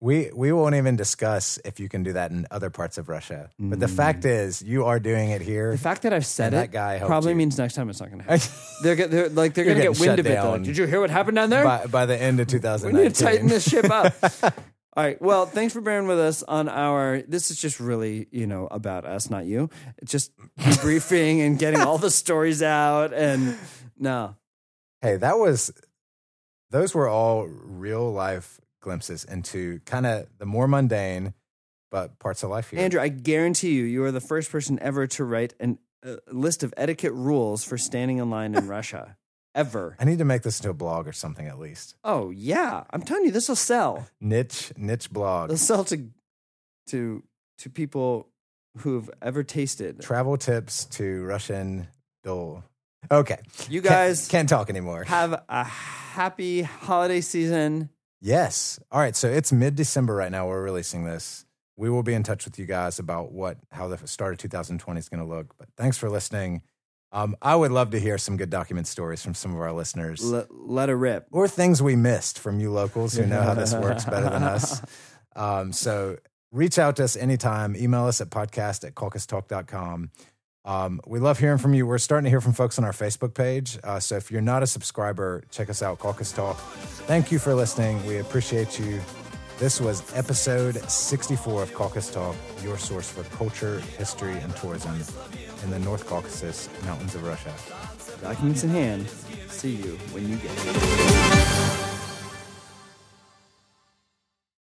A: We we won't even discuss if you can do that in other parts of Russia. But the
B: Mm.
A: fact is, you are doing it here.
B: The fact that I've said
A: and that
B: it
A: guy helped
B: probably
A: you.
B: means next time it's not going to happen. they're, go- they're like, they're
A: You're
B: going to get
A: getting
B: wind
A: shut
B: of it. They're like,
A: down.
B: Did you hear what happened down there?
A: by, by the end of
B: we
A: 2019.
B: need to tighten this ship up. All right. Well, thanks for bearing with us on our. This is just really, you know, about us, not you. It's just briefing and getting all the stories out. And no,
A: hey, that was those were all real life glimpses into kind of the more mundane but parts of life here.
B: Andrew, I guarantee you, you are the first person ever to write an, a list of etiquette rules for standing in line in Russia. Ever.
A: I need to make this into a blog or something at least.
B: Oh, yeah. I'm telling you, this will sell.
A: Niche niche blog.
B: It'll sell to, to, to people who've ever tasted.
A: Travel tips to Russian bill. Okay.
B: You
A: Can't-
B: guys
A: can't talk anymore.
B: have a happy holiday season.
A: Yes. All right. So it's mid December right now. We're releasing this. we will be in touch with you guys about what how the start of 2020 is going to look. But thanks for listening. Um, I would love to hear some good document stories from some of our listeners
B: L- let it rip.
A: or things we missed from you locals who know how this works better than us. Um, so reach out to us anytime. Email us at podcast at caucustalk.com. Um, we love hearing from you. We're starting to hear from folks on our Facebook page. Uh, so if you're not a subscriber, check us out, Caucus Talk. Thank you for listening. We appreciate you. This was episode 64 of Caucus Talk, your source for culture, history, and tourism in the North Caucasus, mountains of Russia.
B: Documents in hand. See you when you get here.